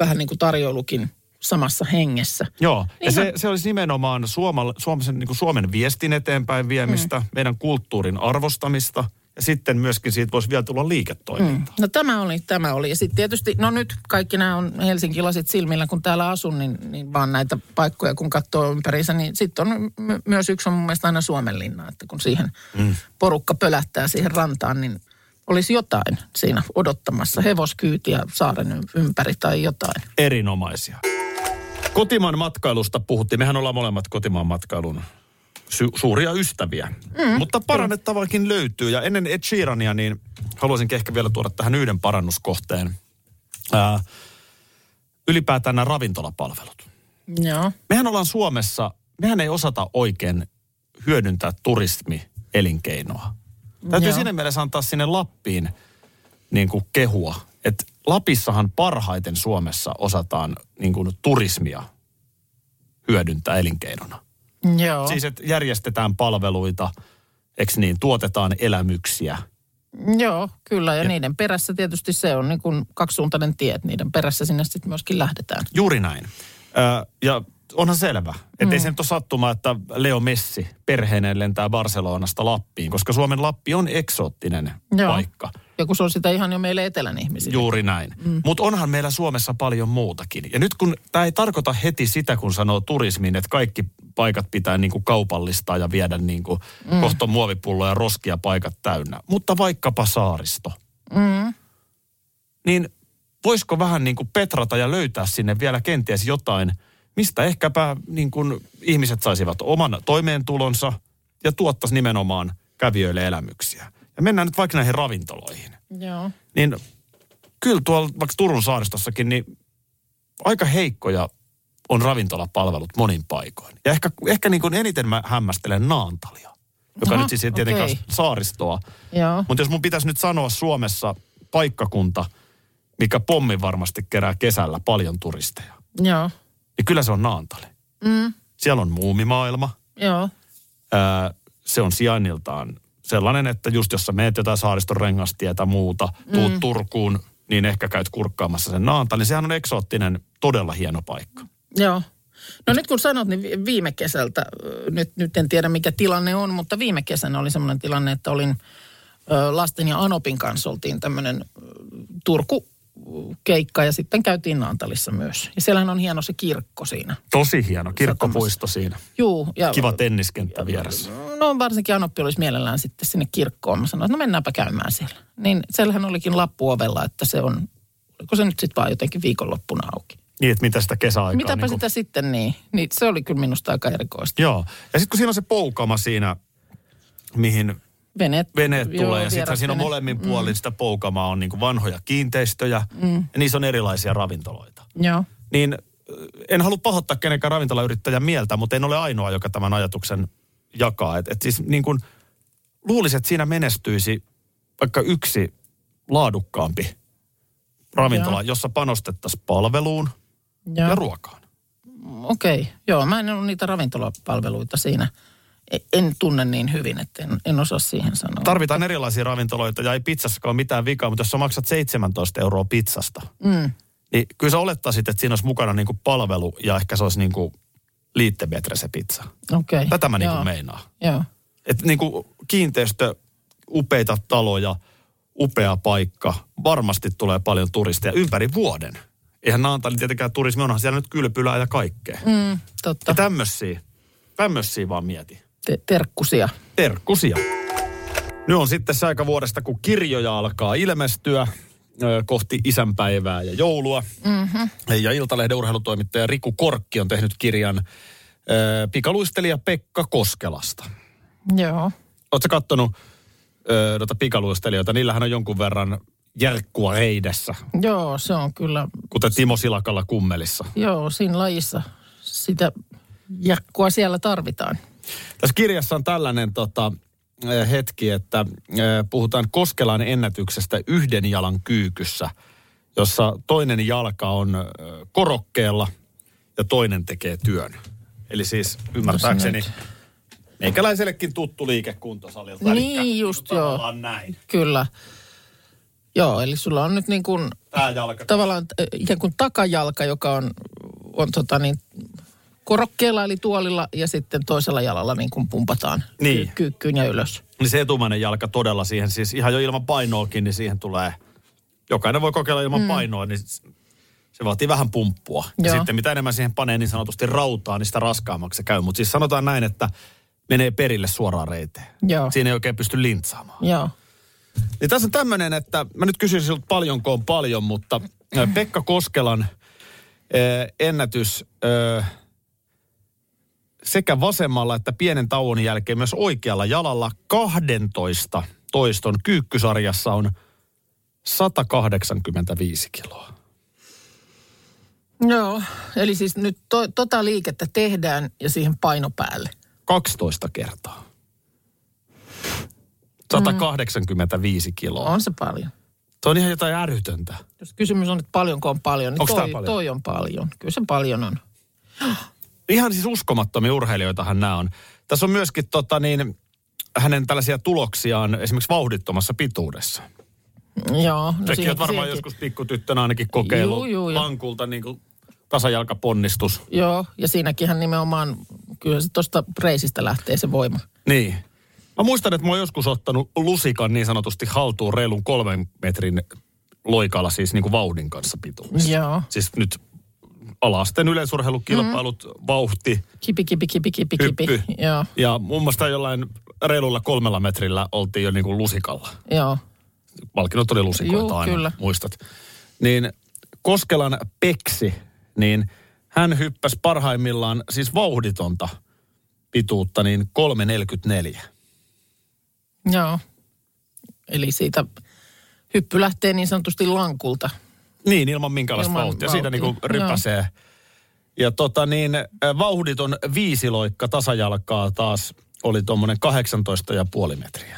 Speaker 1: vähän niin kuin tarjoulukin samassa hengessä.
Speaker 2: Joo, ja
Speaker 1: Niin
Speaker 2: se, se olisi nimenomaan Suomal, Suomen, niin kuin Suomen viestin eteenpäin viemistä, mm. meidän kulttuurin arvostamista ja sitten myöskin siitä voisi vielä tulla liiketoiminta. Mm.
Speaker 1: No tämä oli, tämä oli. Ja sitten tietysti, no nyt kaikki nämä on helsinkiläiset silmillä, kun täällä asun, niin, niin vaan näitä paikkoja kun katsoo ympäriinsä, niin sitten on my- myös yksi on mun mielestä aina Suomenlinna, että kun siihen mm. porukka pölähtää siihen rantaan, niin olisi jotain siinä odottamassa, hevoskyytiä saaren y- ympäri tai jotain.
Speaker 2: Erinomaisia. Kotimaan matkailusta puhuttiin. Mehän ollaan molemmat kotimaan matkailun su- suuria ystäviä. Mm, Mutta parannettavaakin löytyy. Ja ennen Ed Sheerania, niin haluaisin ehkä vielä tuoda tähän yhden parannuskohteen. Ää, ylipäätään nämä ravintolapalvelut.
Speaker 1: Joo.
Speaker 2: Mehän ollaan Suomessa, mehän ei osata oikein hyödyntää turismielinkeinoa. Täytyy
Speaker 1: Joo.
Speaker 2: siinä mielessä antaa sinne Lappiin niin kuin kehua, että Lapissahan parhaiten Suomessa osataan niin kuin turismia hyödyntää elinkeinona.
Speaker 1: Joo.
Speaker 2: Siis, että järjestetään palveluita, eks niin, tuotetaan elämyksiä.
Speaker 1: Joo, kyllä. Ja, ja niiden perässä tietysti se on niin kuin kaksisuuntainen tie, että niiden perässä sinne sitten myöskin lähdetään.
Speaker 2: Juuri näin. Ö, ja onhan selvä, että ei se nyt ole sattumaa, että Leo Messi perheineen lentää Barcelonasta Lappiin, koska Suomen Lappi on eksoottinen
Speaker 1: Joo.
Speaker 2: paikka.
Speaker 1: Ja kun se on sitä ihan jo meille etelän ihmisille.
Speaker 2: Juuri näin. Mm. Mutta onhan meillä Suomessa paljon muutakin. Ja nyt kun tämä ei tarkoita heti sitä, kun sanoo turismiin, että kaikki paikat pitää niin kuin kaupallistaa ja viedä niin kuin mm. kohta on muovipulloja ja roskia paikat täynnä. Mutta vaikkapa saaristo.
Speaker 1: Mm.
Speaker 2: Niin voisiko vähän niin kuin petrata ja löytää sinne vielä kenties jotain, mistä ehkäpä niin kuin ihmiset saisivat oman toimeentulonsa ja tuottaisi nimenomaan kävijöille elämyksiä. Ja mennään nyt vaikka näihin ravintoloihin
Speaker 1: Joo.
Speaker 2: niin kyllä tuolla vaikka Turun saaristossakin, niin aika heikkoja on ravintolapalvelut monin paikoin. Ja ehkä, ehkä niin kuin eniten mä hämmästelen Naantalia, joka
Speaker 1: Aha,
Speaker 2: nyt siis ei tietenkään
Speaker 1: okei.
Speaker 2: okay. saaristoa.
Speaker 1: Joo.
Speaker 2: Mutta jos mun pitäisi nyt sanoa Suomessa paikkakunta, mikä pommi varmasti kerää kesällä paljon turisteja,
Speaker 1: Joo.
Speaker 2: niin kyllä se on Naantali.
Speaker 1: Mm.
Speaker 2: Siellä on muumimaailma,
Speaker 1: Joo.
Speaker 2: Ää, se on sijainniltaan sellainen, että just jos sä meet jotain saariston rengastia tai muuta, tuut mm. Turkuun, niin ehkä käyt kurkkaamassa sen Naantalin. Sehän on eksoottinen, todella hieno paikka.
Speaker 1: Joo. No nyt kun sanot, niin vi- viime kesältä, ö, nyt, nyt en tiedä mikä tilanne on, mutta viime kesänä oli semmoinen tilanne, että olin ö, lasten ja Anopin kanssa oltiin tämmöinen ö, Turku-keikka ja sitten käytiin Naantalissa myös. Ja siellähän on hieno se kirkko siinä.
Speaker 2: Tosi hieno, kirkkopuisto siinä.
Speaker 1: Juu, ja
Speaker 2: Kiva tenniskenttä vieressä.
Speaker 1: no varsinkin Anoppi olisi mielellään sitten sinne kirkkoon. Mä sanoin, että no mennäänpä käymään siellä. Niin siellähän olikin lappu ovella, että se on, oliko se nyt sitten vaan jotenkin viikonloppuna auki.
Speaker 2: Niin, että mitä sitä kesäaikaa...
Speaker 1: Mitäpä
Speaker 2: niin
Speaker 1: sitä sitten niin. niin. Se oli kyllä minusta aika erikoista.
Speaker 2: Joo. Ja sitten kun siinä on se poukama siinä, mihin
Speaker 1: Veneet,
Speaker 2: veneet
Speaker 1: joo,
Speaker 2: tulee ja sitten siinä on
Speaker 1: vierasvene.
Speaker 2: molemmin puolin mm. sitä poukamaa on niin kuin vanhoja kiinteistöjä mm.
Speaker 1: Mm.
Speaker 2: ja niissä on erilaisia ravintoloita.
Speaker 1: Joo.
Speaker 2: Niin äh, en halua pahoittaa kenenkään ravintolayrittäjän mieltä, mutta en ole ainoa, joka tämän ajatuksen jakaa. Et, et siis niin kuin luulisi, että siinä menestyisi vaikka yksi laadukkaampi ravintola,
Speaker 1: Joo.
Speaker 2: jossa panostettaisiin palveluun
Speaker 1: Joo.
Speaker 2: ja ruokaan.
Speaker 1: Okei, okay. joo. Mä en ollut niitä ravintolapalveluita siinä. E- En tunne niin hyvin, että en, en osaa siihen sanoa.
Speaker 2: Tarvitaan erilaisia ravintoloita ja ei pizzassakaan ole mitään vikaa, mutta jos sä maksat 17 euroa pizzasta,
Speaker 1: Mm.
Speaker 2: niin kyllä sä olettaisit, että siinä olisi mukana niin kuin palvelu ja ehkä se olisi niin kuin liittemetre se pizza.
Speaker 1: Okei. Okay.
Speaker 2: Tätä mä niin
Speaker 1: Joo.
Speaker 2: kuin meinaan.
Speaker 1: Joo.
Speaker 2: Että niin kuin kiinteistö, upeita taloja, upea paikka, varmasti tulee paljon turisteja ympäri vuoden. Eihän Naantali tietenkään turismi, onhan siellä nyt kylpylää ja kaikkea.
Speaker 1: Mm, totta.
Speaker 2: Ja tämmöisiä, tämmöisiä vaan mieti.
Speaker 1: Te- terkkusia.
Speaker 2: Terkkusia. Nyt on sitten se aika vuodesta, kun kirjoja alkaa ilmestyä ö, kohti isänpäivää ja joulua.
Speaker 1: Mm-hmm.
Speaker 2: Ja Iltalehden urheilutoimittaja Riku Korkki on tehnyt kirjan ö, pikaluistelija Pekka Koskelasta.
Speaker 1: Joo.
Speaker 2: Oletko kattonut ö, noita pikaluistelijoita? Niillähän on jonkun verran järkkua reidessä,
Speaker 1: Joo, se on kyllä,
Speaker 2: kuten Timo Silakalla kummelissa.
Speaker 1: joo, siinä lajissa sitä jakkua siellä tarvitaan.
Speaker 2: Tässä kirjassa on tällainen tota, ö, hetki, että ö, puhutaan Koskelan ennätyksestä yhden jalan kyykyssä, jossa toinen jalka on ö, korokkeella ja toinen tekee työn. Eli siis ymmärtääkseni
Speaker 1: Tässä
Speaker 2: meikäläisellekin tuttu liike kuntosalilta.
Speaker 1: Niin
Speaker 2: elikkä
Speaker 1: just, joo.
Speaker 2: tavallaan näin.
Speaker 1: Kyllä. Joo, eli sulla on nyt niin kuin
Speaker 2: Tämä jalka.
Speaker 1: tavallaan äh, ikään kuin takajalka, joka on, on tota niin, korokkeella eli tuolilla ja sitten toisella jalalla niin kuin pumpataan
Speaker 2: Niin.
Speaker 1: ky- kyykkyyn ja ylös.
Speaker 2: Niin se etumainen jalka todella siihen, siis ihan jo ilman painoakin, niin siihen tulee, jokainen voi kokeilla ilman mm. painoa, niin s- se vaatii vähän pumppua. Ja
Speaker 1: Joo.
Speaker 2: sitten mitä enemmän siihen panee niin sanotusti rautaa, niin sitä raskaammaksi se käy. Mutta siis sanotaan näin, että menee perille suoraan reiteen.
Speaker 1: Joo.
Speaker 2: Siinä ei oikein pysty lintsaamaan.
Speaker 1: Joo.
Speaker 2: Niin tässä on tämmöinen, että mä nyt kysyn sinulta paljonko on paljon, mutta ö, Pekka Koskelan ö, ennätys ö, sekä vasemmalla että pienen tauon jälkeen myös oikealla jalalla 12 toiston kyykkysarjassa on 185 kiloa.
Speaker 1: Joo, eli siis nyt to, tota liikettä tehdään ja siihen paino päälle.
Speaker 2: 12 kertaa. 185 kiloa.
Speaker 1: On se paljon.
Speaker 2: Tuo on ihan jotain ärytöntä.
Speaker 1: Jos kysymys on, että paljonko on paljon, niin
Speaker 2: Onks tää
Speaker 1: toi,
Speaker 2: paljon?
Speaker 1: toi on paljon. Kyllä se paljon on.
Speaker 2: ihan siis uskomattomia urheilijoitahan nämä on. Tässä on myöskin tota niin, hänen tällaisia tuloksiaan esimerkiksi vauhdittomassa pituudessa.
Speaker 1: No Joo. No
Speaker 2: Sekin
Speaker 1: siihen-
Speaker 2: olet varmaan
Speaker 1: siihenkin-
Speaker 2: joskus pikkutyttönä ainakin kokeillut
Speaker 1: Juu, juu, ja-
Speaker 2: lankulta niin kuin tasajalkaponnistus.
Speaker 1: Joo, ja siinäkin hän nimenomaan, kyllä se tuosta reisistä lähtee se voima.
Speaker 2: Niin. Mä muistan, että mä oon joskus ottanut lusikan niin sanotusti haltuun reilun kolmen metrin loikalla siis niin kuin vauhdin kanssa pituudessa.
Speaker 1: Joo.
Speaker 2: Siis nyt alasten yleisurheilukilpailut, mm.
Speaker 1: Mm-hmm.
Speaker 2: vauhti,
Speaker 1: Kipi, kipi, kipi, kipi, kipi.
Speaker 2: Hyppy.
Speaker 1: Joo,
Speaker 2: Ja muun muassa jollain reilulla kolmella metrillä oltiin jo niin kuin lusikalla.
Speaker 1: joo.
Speaker 2: Palkinnot oli lusikoita
Speaker 1: Juu,
Speaker 2: aina,
Speaker 1: kyllä.
Speaker 2: muistat. Niin Koskelan peksi, niin hän hyppäsi parhaimmillaan siis vauhditonta pituutta niin 3,44.
Speaker 1: Joo. Eli siitä hyppy lähtee niin sanotusti lankulta.
Speaker 2: Niin, ilman minkäänlaista
Speaker 1: Ilman
Speaker 2: vauhtia. Siitä niin
Speaker 1: vauhtia.
Speaker 2: kuin rypäsee. Ja tota niin, äh, vauhditon viisiloikka tasajalkaa taas oli tuommoinen 18,5 metriä.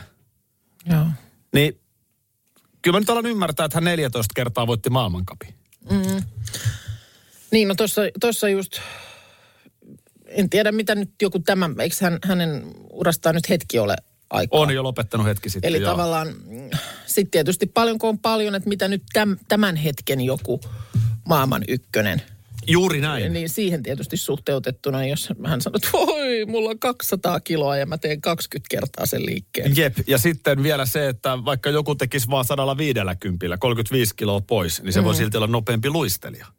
Speaker 1: Joo.
Speaker 2: Niin kyllä mä nyt alan ymmärtää, että hän 14 kertaa voitti maailmankapin.
Speaker 1: Niin, no tuossa, tuossa just, en tiedä mitä nyt joku tämä, eikö hän, hänen urastaan nyt hetki ole aikaa?
Speaker 2: On jo lopettanut hetki sitten.
Speaker 1: Eli
Speaker 2: joo.
Speaker 1: tavallaan sitten tietysti paljonko on paljon, että mitä nyt täm, tämän hetken joku maailman ykkönen.
Speaker 2: Juuri näin.
Speaker 1: Niin siihen tietysti suhteutettuna, jos hän sanoo, että voi, mulla on 200 kiloa ja mä teen 20 kertaa sen liikkeen.
Speaker 2: Jep, ja sitten vielä se, että vaikka joku tekisi vaan 150, 35 kiloa pois, niin se voi silti olla nopeampi luistelija.
Speaker 1: Mm.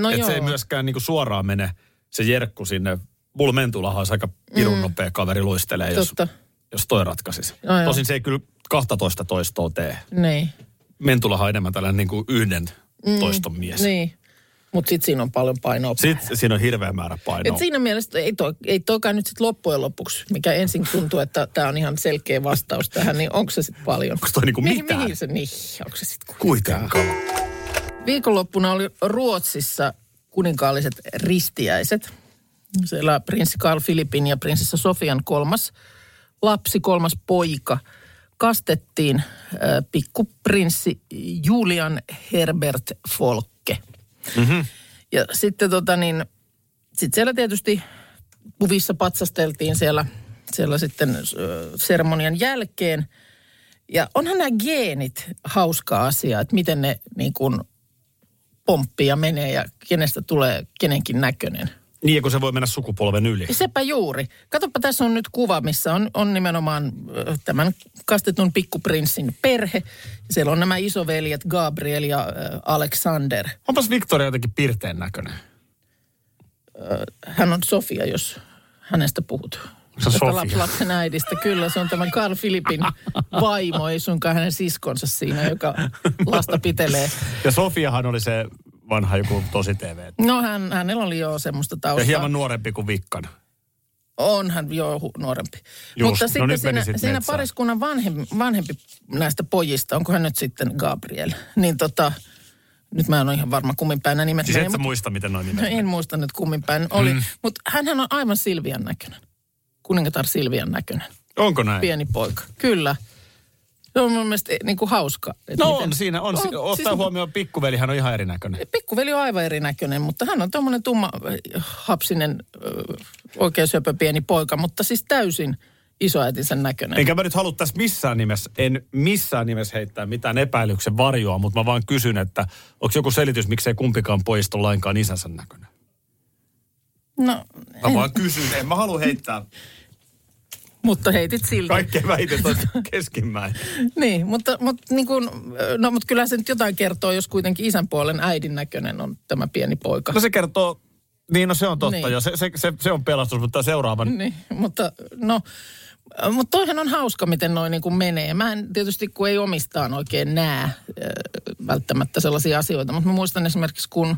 Speaker 1: No
Speaker 2: Mm. Et
Speaker 1: joo.
Speaker 2: se ei myöskään niinku suoraan mene se jerkku sinne. Mulla Mentulahan olisi aika pirun nopea kaveri luistelee, jos,
Speaker 1: Mm. Totta.
Speaker 2: jos toi ratkaisisi.
Speaker 1: No joo.
Speaker 2: Tosin se ei kyllä 12 toistoa tee.
Speaker 1: Niin.
Speaker 2: Mentulahan on enemmän tällainen niinku yhden toiston mies.
Speaker 1: Mm. Niin. Mutta sitten siinä on paljon painoa
Speaker 2: Sitten siinä on hirveä määrä painoa.
Speaker 1: Et siinä mielessä ei, toi, ei toikaan nyt sitten loppujen lopuksi, mikä ensin tuntuu, että tämä on ihan selkeä vastaus tähän, niin onko se sitten paljon?
Speaker 2: Onko toi niinku
Speaker 1: mihin,
Speaker 2: mitään?
Speaker 1: mihin se, niin, onko se sitten
Speaker 2: Kuitenkaan.
Speaker 1: Viikonloppuna oli Ruotsissa kuninkaalliset ristiäiset. Siellä prinssi Karl Filipin ja prinsessa Sofian kolmas lapsi, kolmas poika kastettiin äh, pikkuprinssi Julian Herbert Folke.
Speaker 2: Mm-hmm.
Speaker 1: Ja sitten tota niin, sit siellä tietysti kuvissa patsasteltiin siellä, siellä sitten ö, seremonian jälkeen. Ja onhan nämä geenit hauska asia, että miten ne niin kuin pomppii ja menee ja kenestä tulee kenenkin näköinen.
Speaker 2: Niin, ja kun se voi mennä sukupolven yli.
Speaker 1: Ja sepä juuri. Katsopa, tässä on nyt kuva, missä on, on nimenomaan ö, tämän kastetun pikkuprinssin perhe. Siellä on nämä isoveljet Gabriel ja ö, Alexander.
Speaker 2: Onpas Victoria jotenkin pirteen näköinen.
Speaker 1: Ö, hän on Sofia, jos hänestä puhut.
Speaker 2: Se on
Speaker 1: Tästä
Speaker 2: Sofia.
Speaker 1: lap- lapsen äidistä, kyllä. Se on tämän Carl Philipin vaimo, ei suinkaan hänen siskonsa siinä, joka lasta pitelee.
Speaker 2: Ja Sofiahan oli se vanha joku tosi TV.
Speaker 1: No hän, hänellä oli jo semmoista
Speaker 2: Ja
Speaker 1: taustaa.
Speaker 2: hieman nuorempi kuin Vikkan. Siis
Speaker 1: On hän jo hu- nuorempi.
Speaker 2: Just,
Speaker 1: Mutta
Speaker 2: no
Speaker 1: sitten
Speaker 2: nyt
Speaker 1: siinä,
Speaker 2: menisit
Speaker 1: siinä
Speaker 2: metsään.
Speaker 1: pariskunnan vanhempi, vanhempi näistä pojista, onko hän nyt sitten Gabriel, niin tota, nyt mä en ole ihan varma kummin päin nämä nimet
Speaker 2: Siis
Speaker 1: menee,
Speaker 2: et sä muista, miten noin
Speaker 1: mutta,
Speaker 2: nimet.
Speaker 1: no, en muista nyt kummin päin oli. Mm. Mutta hänhän on aivan Silvian näköinen, kuningatar Silvian näköinen.
Speaker 2: Onko näin?
Speaker 1: pieni poika. Kyllä. Se on mun mielestä niin kuin hauska. että
Speaker 2: No
Speaker 1: miten-
Speaker 2: on siinä, on. si- Ottaa siis... huomioon, pikkuvelihän on ihan erinäköinen.
Speaker 1: Pikkuveli on aivan erinäköinen, mutta hän on tuommoinen tumma äh, hapsinen, äh, oikein söpö pieni poika, mutta siis täysin isoäitinsä näköinen.
Speaker 2: Enkä mä nyt halua tässä missään nimessä, en missään nimessä heittää mitään epäilyksen varjoa, mutta mä vaan kysyn, että onko joku selitys, miksei kumpikaan pojista ole lainkaan isänsä näköinen?
Speaker 1: No,
Speaker 2: Mä vaan kysyn, en mä halua heittää
Speaker 1: mutta heitit silti.
Speaker 2: kaikkea väitettä keskimmäinen.
Speaker 1: Niin, mutta, mutta, niin kuin, no, mutta kyllä se nyt jotain kertoo, jos kuitenkin isän puolen äidin näköinen on tämä pieni poika.
Speaker 2: No se kertoo, niin no se on totta
Speaker 1: Niin.
Speaker 2: niin. ja se, se, se, se on pelastus, mutta seuraavan
Speaker 1: Niin, mutta no, mutta toihan on hauska, miten noin niin kuin menee. Mä en tietysti, kun ei omistaan oikein näe äh, välttämättä sellaisia asioita, mutta mä muistan esimerkiksi, kun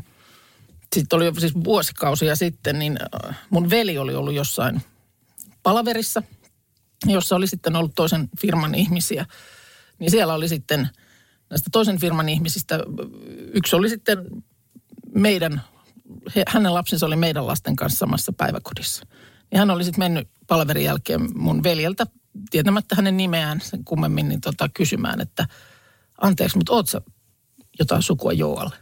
Speaker 1: sitten oli jo siis vuosikausia sitten, niin äh, mun veli oli ollut jossain palaverissa, jossa oli sitten ollut toisen firman ihmisiä. Niin siellä oli sitten näistä toisen firman ihmisistä, äh, yksi oli sitten meidän, he, hänen lapsensa oli meidän lasten kanssa samassa päiväkodissa. Ja hän oli sitten mennyt palverin jälkeen mun veljeltä, tietämättä hänen nimeään sen kummemmin, niin tota, kysymään, että anteeksi, mutta oot sä jotain sukua Joalle?